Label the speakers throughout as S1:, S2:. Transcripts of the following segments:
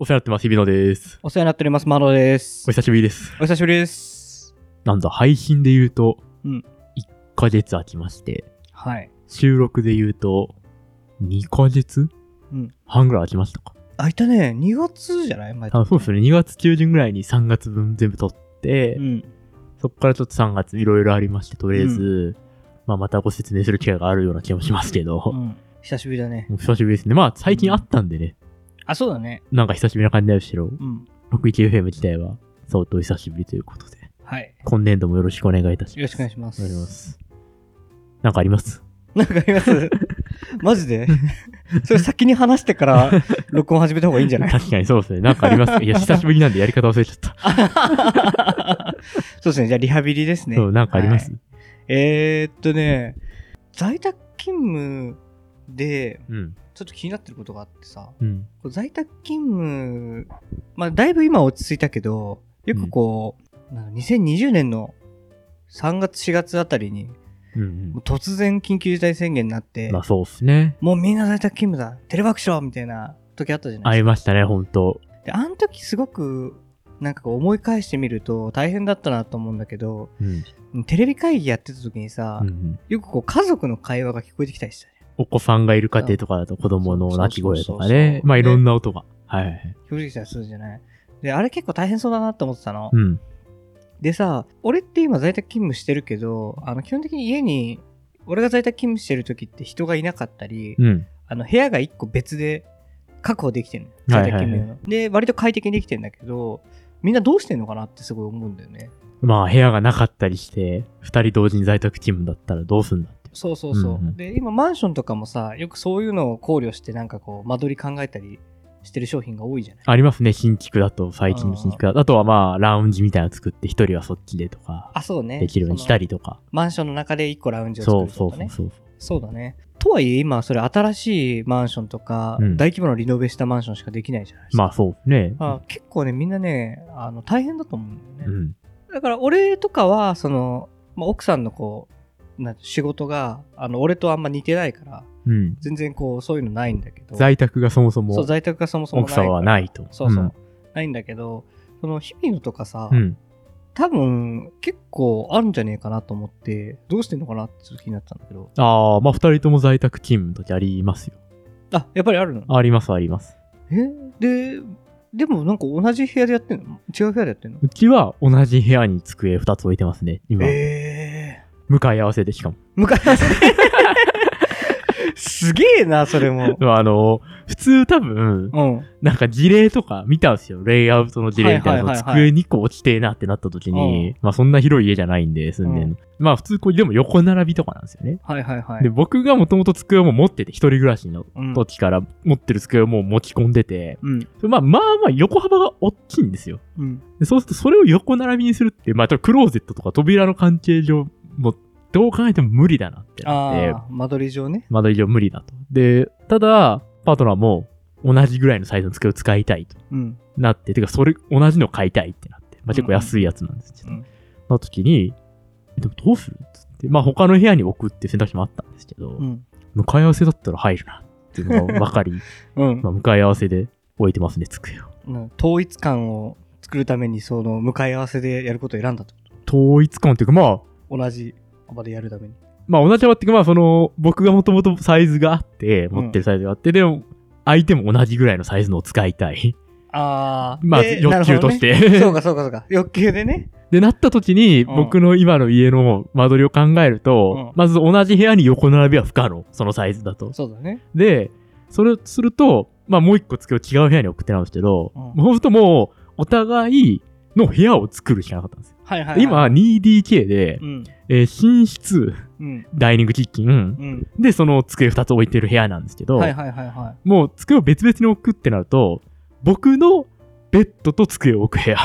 S1: お世話になってます、日比野です。
S2: お世話になっております、マロです
S1: お。久しぶりです。
S2: お久しぶりです。
S1: なんだ、配信で言うと、
S2: うん
S1: 1ヶ月空きまして、
S2: はい。
S1: 収録で言うと、2ヶ月、
S2: うん
S1: 半ぐらい空きましたか。
S2: あ、いたね。2月じゃない前
S1: あそうですね、2月中旬ぐらいに3月分全部撮って、
S2: うん。
S1: そこからちょっと3月いろいろありまして、とりあえず、まあまたご説明する機会があるような気もしますけど、
S2: う
S1: も
S2: ん。久しぶりだね。
S1: う久しぶりですね。まあ最近あったんでね、
S2: あ、そうだね。
S1: なんか久しぶりな感じだよ、しろ。
S2: うん。
S1: 61FM 自体は相当久しぶりということで、
S2: はい。
S1: 今年度もよろしくお願いいたします。
S2: よろしくお願いします。
S1: お願いします。なんかあります
S2: なんかあります マジでそれ先に話し てから録音始めた方がいいんじゃない
S1: 確かにそうですね。なんかあります。いや、久しぶりなんでやり方忘れちゃった。
S2: そうですね。じゃあ、リハビリですね。
S1: そう、なんかあります、
S2: はいえー、っとね、在宅勤務で、
S1: うん。
S2: ちょっと気になってることがあってさ、
S1: うん。
S2: こう在宅勤務、まあ、だいぶ今は落ち着いたけど、よくこう、なんか2020年の3月、4月あたりに、
S1: うん、う
S2: も
S1: ん
S2: う突然緊急事態宣言になって、
S1: まあそうですね。
S2: もうみんな在宅勤務だ、テレワークしろみたいな時あったじゃな
S1: あり
S2: いですか。
S1: ましたね、ほんと。
S2: で、あの時すごく、なんかこう思い返してみると大変だったなと思うんだけど、
S1: うん。
S2: テレビ会議やってた時にさ、
S1: うんうん
S2: よくこう家族の会話が聞こえてきたりしたね。
S1: お子さんがいる家庭とかだと子供の泣き声とか
S2: そうそうそう
S1: ね
S2: そ。う
S1: まあいろんな音が。はいはいはい。
S2: 聞こえてきたりするじゃない。で、あれ結構大変そうだなと思ってたの。
S1: うん。
S2: でさ、俺って今在宅勤務してるけど、あの基本的に家に、俺が在宅勤務してる時って人がいなかったり、
S1: うん。
S2: あの部屋が1個別で確保できてるのよ
S1: はい
S2: 在
S1: はい
S2: 宅
S1: はい
S2: 勤務用の。で、割と快適にできてるんだけど、みんなどうしてんのかなってすごい思うんだよね。
S1: まあ部屋がなかったりして、二人同時に在宅チームだったらどうすんだって。
S2: そうそうそう。
S1: うんうん
S2: で、今マンションとかもさ、よくそういうのを考慮してなんかこう、間取り考えたりしてる商品が多いじゃない。
S1: ありますね、新築だと、最近の新築だと。あとはまあ、ラウンジみたいなの作って、一人はそっちでとか、
S2: あ、そうね。
S1: できるようにした
S2: り。
S1: りとか。
S2: マンションの中で1個ラウンジを
S1: そう
S2: 作
S1: そ
S2: る
S1: う
S2: とか
S1: そう
S2: ね。
S1: そう。
S2: そうだね。とはいえ、今、それ新しいマンションとか、
S1: うん
S2: 大規模なリノベしたマンションしかできないじゃないですか。
S1: まあそうですね。
S2: あ結構ね、みんなね、あの大変だと思うんだよ
S1: う
S2: ね。
S1: ん。
S2: だから、俺とかは、その、まあ、奥さんのこう、なんて仕事が、あの、俺とあんま似てないから、
S1: うん。
S2: 全然こう、そういうのないんだけど。
S1: 在宅がそもそ
S2: そう
S1: も
S2: 在宅がそもそもない
S1: 奥
S2: から。
S1: 様はないと。
S2: そうそう。ないんだけど、その、日々のとかさ、
S1: うん。うん。
S2: 多分、結構あるんじゃねえかなと思って、どうしてんのかなってちょっと気になったんだけど。
S1: ああ、まあ二人とも在宅勤務の時ありますよ。
S2: あ、やっぱりあるの
S1: ありますあります。
S2: えで、でもなんか同じ部屋でやってんの違う部屋でやってんの
S1: うちは同じ部屋に机二つ置いてますね。今。
S2: え
S1: 向かい合わせでしかも。
S2: ー、向かい 合わせすげえな、それも。
S1: まああの、普通多分、
S2: うん。
S1: なんか事例とか見たんですよ。レイアウトの事例みたいなの
S2: はいはいはいは
S1: 机2個落ちてえなってなった時に、まあそんな広い家じゃないんで住んでんの。
S2: う
S1: まあ普通これでも横並びとかなんですよね。
S2: はいはいは
S1: で、
S2: い。
S1: 僕がもともと机をもう持ってて、一人暮らしの
S2: うん
S1: 時から持ってる机をもう持ち込んでて、
S2: うん。
S1: それまあまあまあ横幅が大きいんですよ。
S2: うん。
S1: でそうするとそれを横並びにするって、まあちょっとクローゼットとか扉の関係上、もうどう考えても無理だなってな
S2: あ
S1: って、
S2: あ、間取り上ね。
S1: 窓以上無理だと。で、ただ、パートナーも同じぐらいのサイズの机を使いたいと
S2: うん。
S1: なって、てかそれ同じの買いたいってなって、まあ結構安いやつなんですけど、
S2: うんうん
S1: な時に、えでもどうするっつって、まあ他の部屋に置くっていう選択肢もあったんですけど、
S2: うん。
S1: 向かい合わせだったら入るなっていうのが分か り、
S2: うん
S1: まあ向かい合わせで置いてますね、机を。
S2: うん。統一感を作るために、その、向かい合わせでやることを選んだと。
S1: 統一感っていうか、まあ、
S2: 同じ幅でやるために。
S1: まあ同じ幅っていうか、まあその、僕がもともとサイズがあって、
S2: うん
S1: 持ってるサイズがあって、でも、相手も同じぐらいのサイズのを使いたい。
S2: ああ、
S1: まあ
S2: で
S1: 欲求とし。
S2: な
S1: て。
S2: るほどねそうかそうかそうか。欲求でね。
S1: で、なった時に、
S2: うん
S1: 僕の今の家の間取りを考えると、
S2: うん
S1: まず同じ部屋に横並びは不可能。そのサイズだと。
S2: そうだね。
S1: で、それをすると、まあもう一個机を違う部屋に送ってなんですけど、
S2: う
S1: そ
S2: ん
S1: うするともう、お互いの部屋を作るしかなかったんですよ。
S2: はいはい、はい。
S1: で今、、2DK で
S2: う、ん。
S1: えー寝室、
S2: うん。
S1: ダイニングキッチン、
S2: うん。
S1: で、その机2つ置いてる部屋なんですけど、
S2: はいはいはいは
S1: もう机を別々に置くってなると、僕のベッドと机を置く部屋。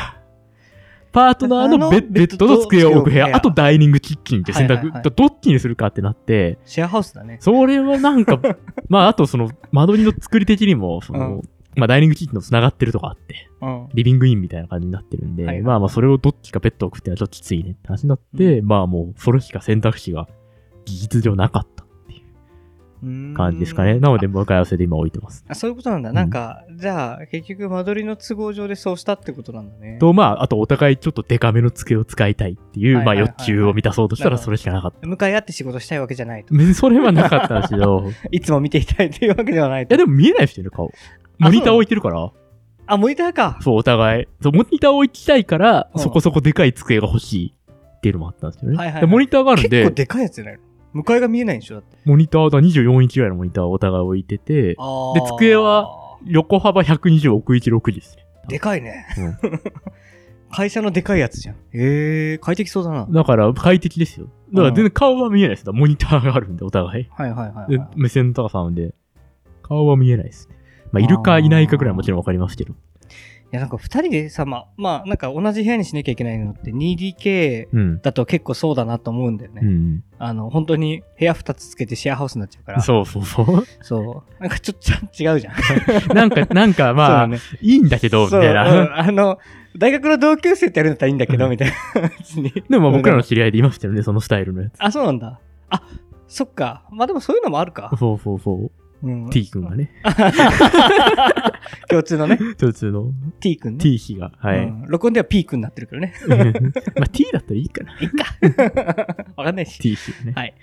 S1: パートナー
S2: あ
S1: の
S2: の
S1: ベベッドと机を置く部
S2: ベッドと机を置く部
S1: 屋。
S2: 屋
S1: あとダイニングキッチンって選
S2: はい
S1: 択。
S2: はいはい
S1: どっちにするかってなって、
S2: い。シェアハウスだね。
S1: それはなんか、 まああとその間取りの作り的にも、その、
S2: うん
S1: まあダイニングキッチンと繋がってるとかあって、
S2: うん。
S1: リビングインみたいな感じになってるんで、
S2: はいはい
S1: まあまあそれをどっちかベッドを置くってのはちょっときついねって話になって、まあもうそれしか選択肢が事実上なかったっていう感じですかね。なので、向かい合わせで今置いてます。
S2: あそういうことなんだ。
S1: うん
S2: なんか、じゃあ、結局、間取りの都合上でそうしたってことなんだね。
S1: と、まあ、あとお互いちょっとデカめの机を使いたいってい
S2: は
S1: う、
S2: い
S1: ま
S2: は
S1: あ、
S2: いはい
S1: 欲求を満たそうとしたらそれしかなかっ
S2: 向かい合って仕事したいわけじゃないと。
S1: た。それはなかったんですけ ど、い
S2: いつも見ていたいというわけではないと。
S1: や、でも見えないですよね、顔。モニター置いてるから、
S2: あ、モニターか。
S1: そう、お互い。そう、モニター置きたいから、
S2: うん
S1: そこそこでかい机が欲しいっていうのもあったんですよね。
S2: はいはいはい
S1: でモニターがあるん
S2: 結
S1: で、
S2: 構でかいやつじゃないの向かいが見えないんでしょだって。
S1: モニターだ24インチぐらいのモニターをお互い置いてて、
S2: あ
S1: で机は、横幅120奥1 6ですね。
S2: でかいね。 会社のでかいやつじゃん。へえ、快適そうだな。
S1: だから快適ですよ。だから全然顔は見えないです。だからモニターがあるんで、お互い。
S2: はいはいはい
S1: で
S2: はい。
S1: 目線の高さなんで、顔は見えないですね。まあ、いるかいないかぐらいはもちろんわかりますけど。
S2: いや、なんか二人でさ、まあ、まあ、なんか同じ部屋にしなきゃいけないのって 2DK
S1: うん。
S2: だと結構そうだなと思うんだよね。
S1: うん。
S2: あの、本当に部屋二つつけてシェアハウスになっちゃうから。
S1: そうそう そ
S2: そう。なんかちょっと違うじゃん。
S1: う。なんか、なんか
S2: そ う
S1: ま
S2: だ
S1: あ、
S2: ね
S1: いいんだけど、み
S2: そう
S1: たいな。
S2: うんあの、大学の同級生ってやるんだったらいいんだけど、
S1: うん
S2: みたいな。別に。
S1: でもまあ僕らの知り合いでいましたよね、そのスタイルのやつ。
S2: あ、そうなんだ。あ、そっか。まあでもそういうのもあるか。
S1: そうそうそう。
S2: うん。
S1: T 君がね。
S2: 共通のね。
S1: 共通の
S2: T 君ね。
S1: T 比が。は
S2: う
S1: い。
S2: ん録音では P 君になってるけどね。
S1: まあ T だったらいいかな。
S2: いっか。 わかんないし。
S1: T 比ね。
S2: はい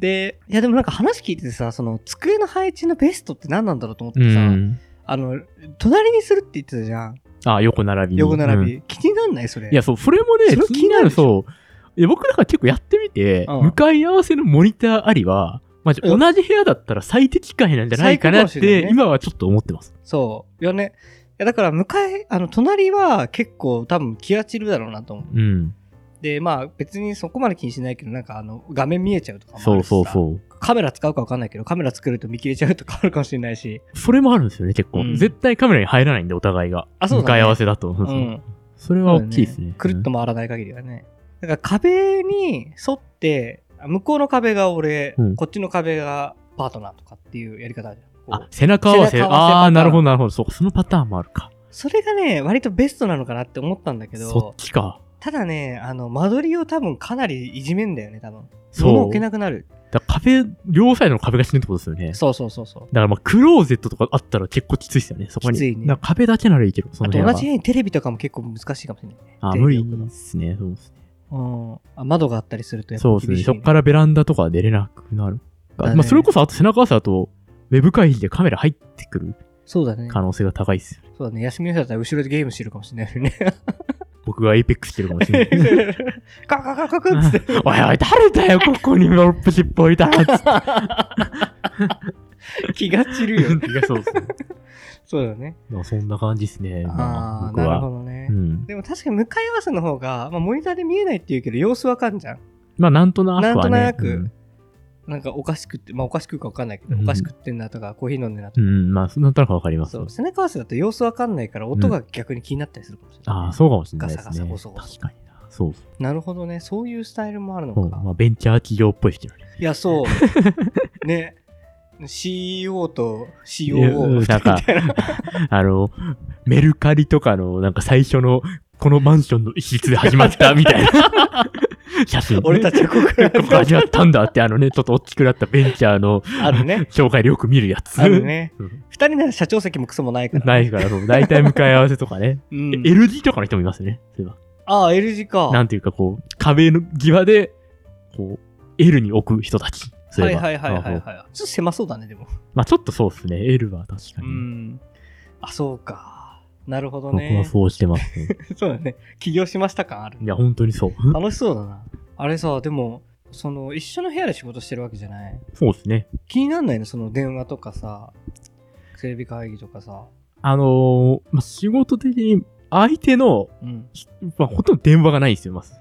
S2: で、いやでもなんか話聞いててさ、その机の配置のベストって何なんだろうと思っ
S1: う
S2: てさ、
S1: ん。
S2: あの、隣にするって言ってたじゃん。
S1: あ、横並びに。
S2: 横並
S1: うん
S2: び。気になんないそれ。
S1: いや、そう、それもね
S2: それ、
S1: 気にな
S2: 気になる
S1: る、
S2: でしょ
S1: そう。いや、僕なんか結構やってみて、
S2: うん
S1: 向かい合わせのモニターありは、まじ
S2: う
S1: 同
S2: ん
S1: じ部屋だったら最適解なんじゃないかなっ
S2: 最高かもしれ
S1: て
S2: な、いね
S1: 今はちょっと思ってます。
S2: そう。よね。いやだから、向かい、あの、隣は結構多分気が散るだろうなと思う。
S1: うん。
S2: で、まあ別にそこまで気にしないけど、なんかあの、画面見えちゃうとかもあ
S1: そ
S2: る
S1: う
S2: しさ
S1: そうそう。
S2: カメラ使うかわかんないけど、カメラ作ると見切れちゃうとかあるかもしれないし。
S1: それもあるんですよね、結構。
S2: うん
S1: 絶対カメラに入らないんで、お互いが。
S2: あそうだね
S1: 向かい合わせだと。
S2: う。
S1: そうそうんそれは大きいですね。
S2: くるっと回らない限りはね。だから壁に沿って、向こうの壁が俺、
S1: うん
S2: こっちの壁がパートナーとかっていうやり方じゃん。
S1: あ、背中合わせ。
S2: 背中合わせパターン
S1: ああー、なるほど、なるほど。そうか、そのパターンもあるか。
S2: それがね、割とベストなのかなって思ったんだけ
S1: そ
S2: ど
S1: っ、ちか。
S2: ただね、あの、間取りを多分かなりいじめんだよね、多分。物
S1: そ
S2: 置
S1: う。
S2: け
S1: だ
S2: なくなる。
S1: から壁、両サイドの壁が死ぬってことですよね。
S2: そうそうそうそう。
S1: だからまあ、クローゼットとかあったら結構きついですよね、そこに。
S2: きついね
S1: だから壁だけならいいけど、そ
S2: あ
S1: の
S2: と
S1: 辺は。
S2: 同じ部屋にテレビとかも結構難しいかもしれない。
S1: あ、
S2: テレビ
S1: 無理ですね。そうですね。
S2: うん。あ窓があったりするとやっぱ
S1: そう
S2: 厳
S1: で
S2: し
S1: す
S2: い、
S1: ね。
S2: ね。
S1: そっからベランダとかは出れなくなるか。
S2: だね
S1: まあ、それこそ、あと背中合わせだと、ウェブ会議でカメラ入ってくる
S2: そうだね。
S1: 可能性が高いですよね。
S2: そうだね。休みの日だったら後ろでゲームしてるかもしれないよね。
S1: 僕がエイペックスしてるかもしれ ない。
S2: カカカカカっつって。
S1: おいおい、誰だよ、ここにロップシップ置いたらつって。
S2: 気が散るよね。
S1: いやそうですね。
S2: そうだね。
S1: まあそんな感じですね。ま
S2: あ
S1: あ、
S2: あ、
S1: 僕
S2: なるほ
S1: は。
S2: どね
S1: う。ん。
S2: でも確かに向かい合わせの方が、まあ、モニターで見えないって言うけど様子わかんじゃん。
S1: まあ、なんとなくはね。
S2: なんとなく
S1: うん
S2: なんかおかしくって、まあおかしくかわかんないけど、
S1: うん
S2: おかしくってんなとか、コーヒー飲んでんなと
S1: う
S2: か。
S1: ん、まあ、なんとなくわかります
S2: そ。う背中合わせだと様子わかんないから音が逆に気になったりするかもしれない、
S1: ああ、そうかもしれないですね。
S2: ガサガサゴソゴソ
S1: 確かにな。そうそう。
S2: なるほどねそういうスタイルもあるの
S1: う
S2: か、
S1: んまあ、ベンチャー企業っぽいですけどね。
S2: いやそう ね CEO と
S1: いやうん
S2: COO みた
S1: ないんか
S2: な
S1: あの、メルカリとかの、なんか最初の、このマンションの一室で始まったみたい な写真。
S2: 俺たちはここから
S1: ここ始まったんだって、あのね、ちょっと大きくなったベンチャーの
S2: あるね
S1: 紹介でよく見るやつ。
S2: あるね
S1: うん。
S2: 二人なら社長席もクソもないから、
S1: ないから、そう大体向かい合わせとかね。
S2: うん
S1: L 字とかの人もいますね。そういえば
S2: ああ L 字か
S1: なんていうか、こう、壁の際で、こう、L に置く人たち。そう
S2: はい
S1: え
S2: い
S1: ば
S2: はいはいはいはい
S1: あそう
S2: ちょっと狭そうだねでも
S1: まあちょっとそうですね。L は確か
S2: う
S1: に。
S2: んあそうかなるほど
S1: 僕は
S2: ね
S1: そうしてます、 ね。
S2: そうだね起業しました感ある
S1: いや、本当にそう。
S2: 楽しそうだなあれさでもその一緒の部屋で仕事してるわけじゃない
S1: そうですね。
S2: 気になんないのその電話とかさテレビ会議とかさ
S1: あのーまあ、仕事的に相手の、
S2: うん、
S1: まあ、ほとんど電話がないんですよ、まず。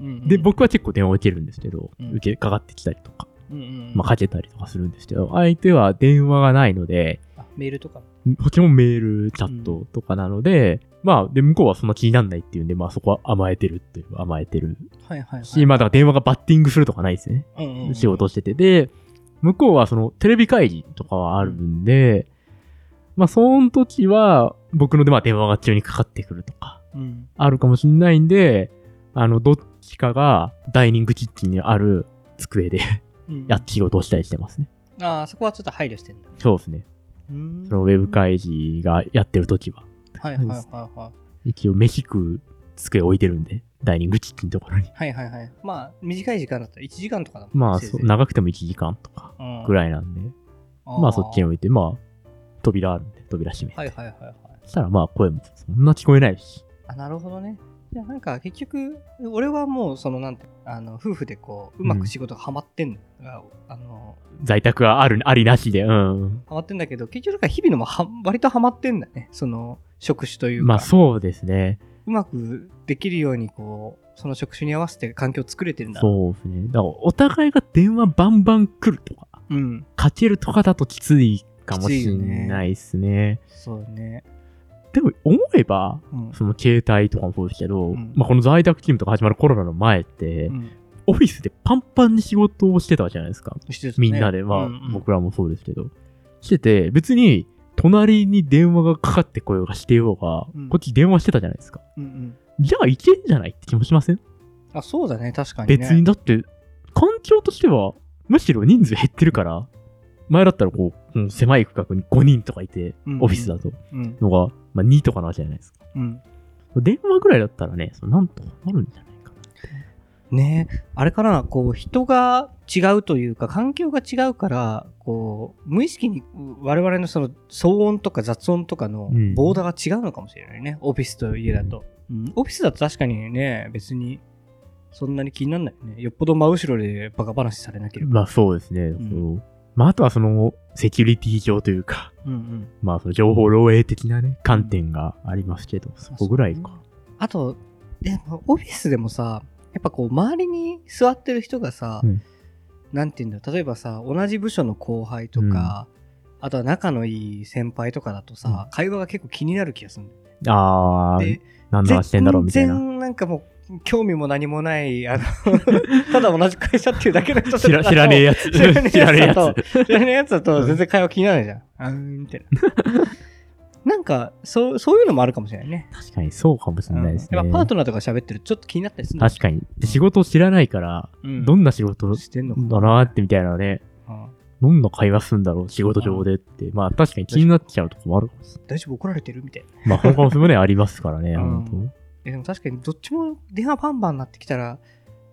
S2: うんうん
S1: で、、僕は結構電話を受けるんですけど、
S2: うん
S1: 受けかかってきたりとか、
S2: うんうんうん
S1: まあ、かけたりとかするんですけど、相手は電話がないので、
S2: あメールとか
S1: 基本メール、チャットとかなので、まあ、で、向こうはそんな気になんないっていうんで、まあ、そこは甘えてるっていう、甘えてる
S2: はいはい
S1: し、まあ、だから電話がバッティングするとかないですね。
S2: はい、うんうんうん
S1: 仕事してて。で、向こうはそのテレビ会議とかはあるんで、まあ、その時は、僕のでまあ電話が急にかかってくるとか、
S2: うん
S1: あるかもしんないんで、あの、どっちかがダイニングキッチンにある机で
S2: うん
S1: やっ仕事をしたりしてますね。
S2: ああ、そこはちょっと配慮してんだ。
S1: そうですね。
S2: うーん
S1: そのウェブ会議がやってる時は、
S2: はいはいはいはい。
S1: 一応飯食う机置いてるんで、ダイニングキッチンのところに。
S2: はいはいはい。まあ、短い時間だったら1時間とかだもん
S1: まあ、そう長くても1時間とかぐ
S2: い。
S1: らいなんで、
S2: うん
S1: まあそっちに。置いて、まあ、扉あるんで、扉閉めて。
S2: はいはいはいはい。
S1: そしたらまあ声もそんな聞こえないし。
S2: あ、なるほどね。じゃあなんか結局、俺はもう、そのなんて、あの、夫婦でこう、うまく仕事がハマってんのが、あの、
S1: 在宅はある、ありなしで、うん。
S2: ハマってんだけど、結局なんか日々のもは割とハマってんだね。その、職種というか。
S1: まあそうですね。
S2: うまくできるようにこうその職種に合わせて環境を作れてるんだう、
S1: そうですね。だからお互いが電話バンバン来るとか、
S2: うん、
S1: かけるとかだときついかもしんないですね。
S2: そうね、
S1: でも思えば、
S2: うん
S1: その携帯とかもそうですけど、
S2: ん
S1: まあこの在宅勤務とか始まるコロナの前って、
S2: うん、
S1: オフィスでパンパンに仕事をしてたじゃないですか。
S2: してたね
S1: みんなで、まあ、
S2: うんうん
S1: 僕らもそうですけど。してて、別に、隣に電話がかかってこようがしてようが、
S2: うん
S1: こっち電話してたじゃないですか。
S2: うんうん
S1: じゃあ、いけんじゃないって気もしません、
S2: あそうだね確かに、ね、
S1: 別に、だって、環境としては、むしろ人数減ってるから、前だったらこう、うん狭い区画に5人とかいて、
S2: うんうん
S1: オフィスだと、
S2: うん
S1: のが、まあ、2とかなわけじゃないですか。
S2: うん、
S1: 電話ぐらいだったらね、そのなんとかなるんじゃないかな。
S2: ねあれからこう人が違うというか環境が違うからこう無意識にう我々のその騒音とか雑音とかの
S1: うん
S2: ボーダーが違うのかもしれないね、オフィスと家だと、うん、オフィスだと確かにね別にそんなに気にならないよねよっぽど真後ろでバカ話されなければ、
S1: まあ、そうですね。
S2: ん
S1: そうまあ、あとはその、セキュリティ上というか、
S2: うんうん、
S1: まあ、その情報漏洩的なね、観点がありますけど、そこぐらいか。
S2: あと、でもオフィスでもさ、やっぱこう、周りに座ってる人がさ、
S1: うん
S2: なんていうんだろう、例えばさ、同じ部署の後輩とか、あとは仲のいい先輩とかだとさ、会話が結構気になる気がするんだよ
S1: あー、
S2: で
S1: 何の話してんだろうみたい
S2: 全
S1: な。
S2: 然なんかもう、興味も何もない、あの ただ同じ会社っていうだけの人
S1: 知ら知らねえ
S2: え。
S1: やつ。
S2: 知らねえやつ
S1: 知らねえやつ。
S2: 知らねえやつだと全然会話気にならないじゃん。あーんみたいな。 なんかそう、そういうのもあるかもしれないね。
S1: 確かにそうかもしれないですね。
S2: やっぱパートナーとか喋ってるとちょっと気になったりするんだよ
S1: 確かに。で仕事を知らないから、
S2: うん
S1: どんな仕事
S2: してんのか
S1: だなーってみたいなね、
S2: うん
S1: どんな会話するんだろう、仕事上でって。まあ確かに気になっちゃうとこもあるかもしれ
S2: 大丈夫怒られてるみたいな。
S1: ない。まあ本番もね、ありますからね、
S2: うん
S1: 本
S2: えでも確かにどっちも電話バンバンなってきたら、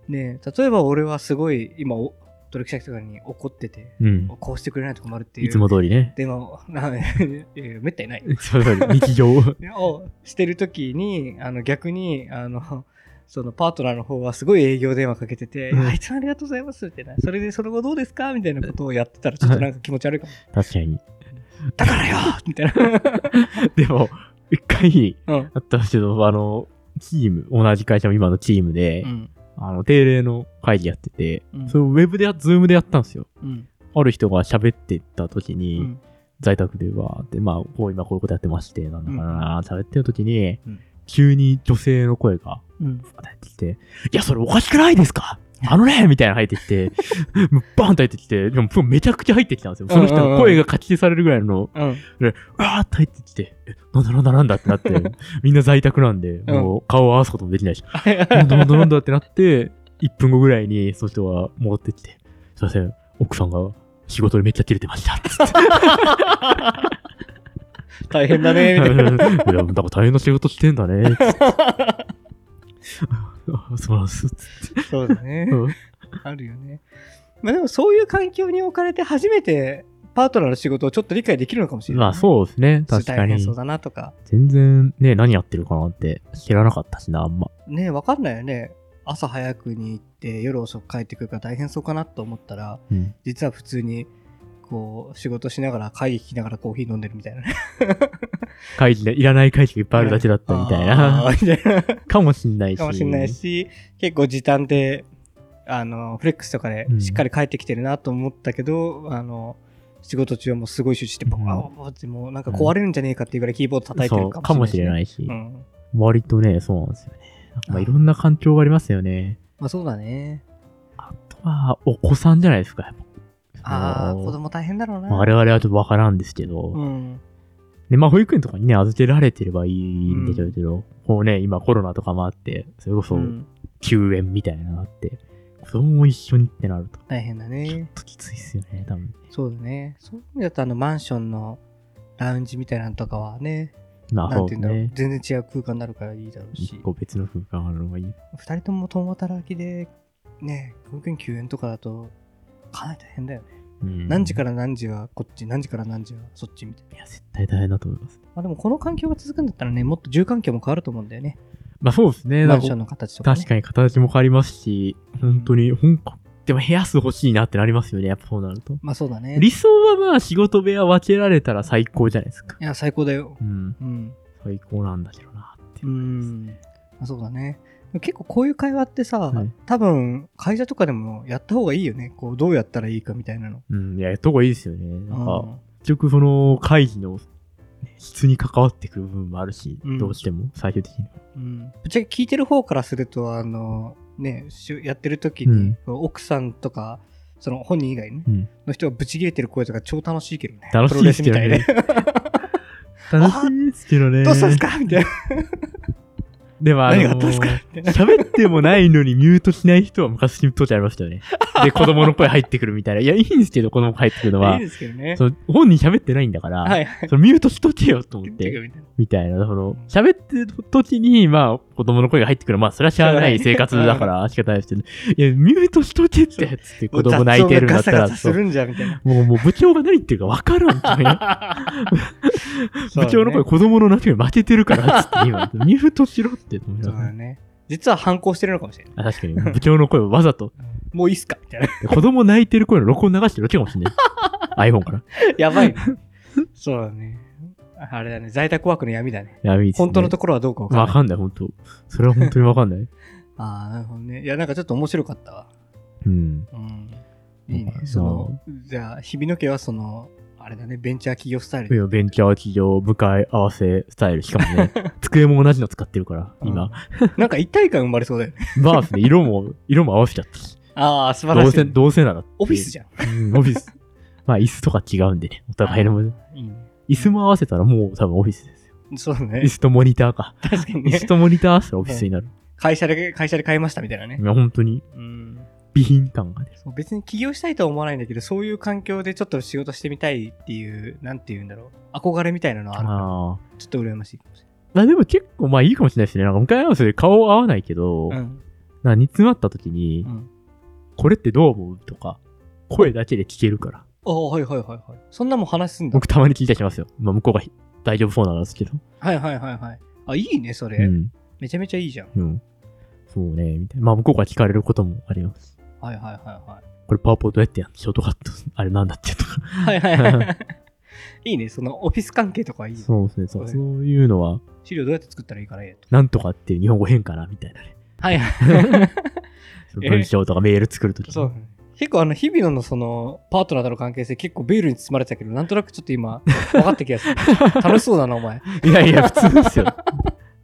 S2: ねえ例えば俺はすごい今お、取引先とかに怒ってて、
S1: 当うん。
S2: こうしてくれないと困るっていう。
S1: いつも通りね。
S2: 電話を、 ないやいやめったにない。
S1: いつも通り日 常。
S2: をしてる時に、あの逆に、あの、そのパートナーの方はすごい営業電話かけてて、
S1: うん
S2: あいつもありがとうございますみたいな、それでその後どうですかみたいなことをやってたら、ちょっとなんか気持ち悪いかも。
S1: 確かに。
S2: だからよみたいな。
S1: でも、一回、
S2: うん。
S1: あったんですけど、あの、チーム、同じ会社の今のチームで、
S2: うん。
S1: あの、定例の会議やってて、
S2: うん
S1: それをウェブでや、ズームでやったんですよ。
S2: うん。
S1: ある人が喋ってた時に、
S2: うん
S1: 在宅でわーって、まあ、こう今こういうことやってまして、なんだかな、喋ってる時に、
S2: うん
S1: 急に女性の声が、
S2: うん。
S1: 入ってきて、いや、それおかしくないですかあのねみたいなの入ってき て、もうバーンと入ってきて、でもめちゃくちゃ入ってきたんですよ。その人の声がかき消されるぐらいの、
S2: うん。
S1: わーって入ってきて、えなんだなんだなんだってなって、みんな在宅なんで、もう顔を合わすこともできない し、なんだなんだなんだってなって、1分後ぐらいにその人が戻ってきて、すいません、奥さんが仕事でめっちゃ切れてましたって言って。
S2: 大変だね、みたいな。
S1: いや、なんか大変な仕事してんだねっ て言って。あそうなんです。
S2: そうだね。
S1: うん
S2: あるよね。まあでもそういう環境に置かれて初めてパートナーの仕事をちょっと理解できるのかもしれない。
S1: まあそうですね、
S2: ちょっ
S1: 確
S2: と
S1: か
S2: 大変
S1: に
S2: そ。うだなとか。
S1: 全然ね、何やってるかなって知らなかったしな、あんま。
S2: ねえ、わかんないよね。朝早くに行って夜遅く帰ってくるから大変そうかなと思ったら、
S1: うん
S2: 実は普通にこう仕事しながら会議聞きながらコーヒー飲んでるみたいなね。
S1: 会議で、いらない会議がいっぱいあるだけだったみたい
S2: あ
S1: な。
S2: ーみたいな。
S1: かもしんないし。
S2: かもしれない。し、結構時短で、あの、フレックスとかで
S1: うん
S2: しっかり帰ってきてるなと思ったけど、あの、仕事中はもうすごい集中して、バ
S1: う
S2: ー
S1: ん
S2: バーってもうなんか壊れるんじゃねえかっていうぐらいキーボード叩いて
S1: そ
S2: る
S1: う、か
S2: かも
S1: も
S2: し
S1: し
S2: れ
S1: れ
S2: な
S1: ないい
S2: し。
S1: し。
S2: うん。
S1: 割とね、そうなんですよね。なんかいろんな環境がありますよね。
S2: まあそうだね。
S1: あとは、お子さんじゃないですか、やっぱ。
S2: ああ、
S1: その
S2: 子供大変だろうな。
S1: 我々はちょっとわからんですけど。
S2: うん。
S1: で、まあ、保育園とかにね、預けられてればいいんでしょうけど、こうね、今コロナとかもあって、それこそ
S2: うん
S1: 休園みたいなのがあって、子供も一緒にってなると、
S2: 大変だね。
S1: きついっすよね、多分。
S2: そうだね。そういう意味だと、あの、マンションのラウンジみたいなのとかはね、
S1: まあ、
S2: なん
S1: そう
S2: て言うんだろう、
S1: ね。
S2: 全然違う空間になるからいいだろう
S1: 一
S2: し、
S1: 個別の空間あるのがいい。
S2: 二人とも共働きで、ね、保育園休園とかだと、かなり大変だよね。
S1: うん
S2: 何時から何時はこっち、何時から何時はそっちみたいな。
S1: いや、絶対大変だと思います。
S2: まあでも、この環境が続くんだったらね、もっと住環境も変わると思うんだよね。
S1: まあ、そうですね。
S2: マ
S1: なん
S2: ン
S1: か
S2: ションの形とか、ね。
S1: 確かに形も変わりますし、本当に、本格でも部屋数欲しいなってなりますよね、やっぱそうなると。
S2: まあそうだね。
S1: 理想はまあ仕事部屋分けられたら最高じゃないですか。
S2: いや、最高だよ。
S1: うん、
S2: うん。
S1: 最高なんだけどなって
S2: う
S1: いう。
S2: ん。まあそうだね。結構こういう会話ってさ、
S1: はい
S2: 多分会社とかでもやった方がいいよね。こうどうやったらいいかみたいなの。
S1: うん、いや、やった方がいいですよね。なんか、
S2: うん
S1: 結局その会議の質に関わってくる部分もあるし、
S2: うん
S1: どうしても最終的には。
S2: うんぶっちゃけ聞いてる方からすると、あの、ね、しゅやってる時に、奥さんとか、その本人以外ね、
S1: うん
S2: の人がブチ切れてる声とか超楽しいけどね。
S1: 楽しいですけどね
S2: プロレスみたいね
S1: 楽しいですけどね。
S2: どうしたんですかみたいな。
S1: でもあの
S2: 何があったんですかみたいな。
S1: 喋ってもないのにミュートしない人は昔ミュートちゃいました よね。で、子供の声入ってくるみたいな。いや、いいんですけど、子供声入ってくるの
S2: い。
S1: はい
S2: ですけどね。
S1: その本人喋ってないんだから、
S2: はいはい。
S1: そのミュートしとけよと思っ
S2: っていう
S1: て、
S2: みたい
S1: みた
S2: な
S1: いな。その、喋ってる時に、まあ、子供の声が入ってくる。まあ、それは知らない生活だから仕方ないですけど、いや、ミュートしとけって、つって子供泣いてるんだった
S2: も
S1: ら、
S2: う雑音がガサガサ
S1: そ
S2: す
S1: う
S2: るんじゃんみたいな。
S1: もう、もう部長が何言ってるか分からんとかね
S2: そうだ
S1: 部
S2: ね
S1: 長の声子供の泣きに負けてるから、つって今、ミュートしろって思い
S2: そ
S1: な
S2: う
S1: がら
S2: だね。実は反抗してるのかもしれない。
S1: あ確かに、部長の声をわざと、
S2: もういいっすかみたいな。
S1: 子供泣いてる声の録音流してるわけかもしれない。iPhone から。
S2: やばい、ね。そうだね。あれだね。在宅ワークの闇だね。
S1: いや、いいですね
S2: 本当のところはどうかわかん
S1: わ
S2: ない。
S1: かんない、本当それは本当にわかんない。
S2: ああ、なるほどね。いや、なんかちょっと面白かったわ。
S1: うん。
S2: うん。いいね
S1: ま。あ
S2: その、じゃあ、日比野家はその、あれだね、ベンチャー企業スタイ
S1: い
S2: ル。
S1: やベンチャー企業、向かい合わせスタイル。しかも ね、机も同じの使ってるから、今。
S2: なんか一体感生まれそうだよね。
S1: バースで色も、色も合わせちゃったし。
S2: ああ、素晴
S1: ど
S2: ら
S1: う
S2: しい
S1: せ、
S2: ね、
S1: どうせなら。
S2: オフィスじ
S1: ゃ
S2: ゃん。
S1: ん。オフィス。まあ、椅子とか違うんでね、お互いのもの。
S2: いいね。
S1: 椅子も合わせたらもう多分オフィスですよ。
S2: そうだね
S1: 椅。子とモニターか。
S2: 確かに
S1: 椅
S2: ね
S1: 子。とモニター合わせたらオフィスになる。
S2: 会社で、会社で買いましたみたいなね
S1: い。や、本当に、
S2: うん。
S1: 備品感が出る。
S2: そう別に起業したいとは思わないんだけど、そういう環境でちょっと仕事してみたいっていう、なんて言うんだろう。憧れみたいなのはあるから、
S1: ああ。
S2: ちょっと羨ましいかもし
S1: まあでも結構まあいいかもしれないですね。なんか向かい合わせで顔合わないけど、
S2: れない。
S1: なんか
S2: うん。
S1: 煮詰まった時に、
S2: うん。
S1: これってどう思うとか、声だけで聞けるから。
S2: ああ、はいはいはいはい。そんなもん話すんだ。
S1: 僕たまに聞いたりしますよ。まあ向こうが大丈夫そうなんですけど。
S2: はいはいはいはい。あ、いいね、それ。
S1: うん。
S2: めちゃめちゃいいじゃん。
S1: うん。そうね、みたいな。まあ向こうが聞かれることもあります。
S2: はいはいはいはい。
S1: これパワーポーどうやってやんのショートカット、あれなんだっけとか。
S2: はいはいはい。 いいね、そのオフィス関係とかいいね。
S1: そうですね、そ
S2: は
S1: う
S2: い
S1: そういうのは、
S2: 資料どうやって作ったらいいかねと。
S1: なんとかっていう日本語変かな、みたいなね。
S2: はいはい。
S1: 文章とかメール作るとき、
S2: そう。結構あの、日々野のその、パートナーとの関係性結構ベールに包まれてたけど、なんとなくちょっと今、分かった気が する。楽しそうだな、お前。
S1: いやいや、普通ですよ。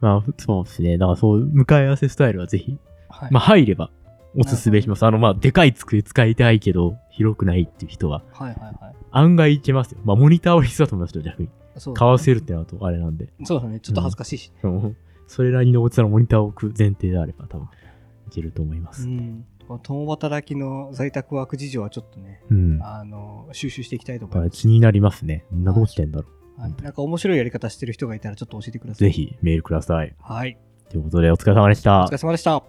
S1: まあ、そうですね。だからそう、向かい合わせスタイルはぜひ
S2: はい。
S1: まあ、入ればおすすめします。あの、まあ、でかい机使いたいけど、広くないっていう人は、
S2: はいはいはい。
S1: 案外いけますよ。まあ、モニターは必須だと思いますよ、逆に。
S2: そうだね
S1: かわせるってなると、あれなんで。
S2: そうだね、ちょっと恥ずかしいし。
S1: うん それなりの大きさのモニターを置く前提であれば、多分、いけると思いま
S2: う
S1: す。
S2: ん。この共働きの在宅ワーク事情はちょっとね、
S1: うん。だ
S2: あの、収集していきたいと
S1: か
S2: 思い
S1: ら
S2: ます。
S1: 気になりますね。みんなどうしてんだろ
S2: はいなんか面白いやり方してる人がいたらちょっと教えてくだ
S1: う。
S2: さい。
S1: ぜ。ひ、メールください。
S2: はい。
S1: ということで、お疲れ様でした
S2: お疲。れ様でした。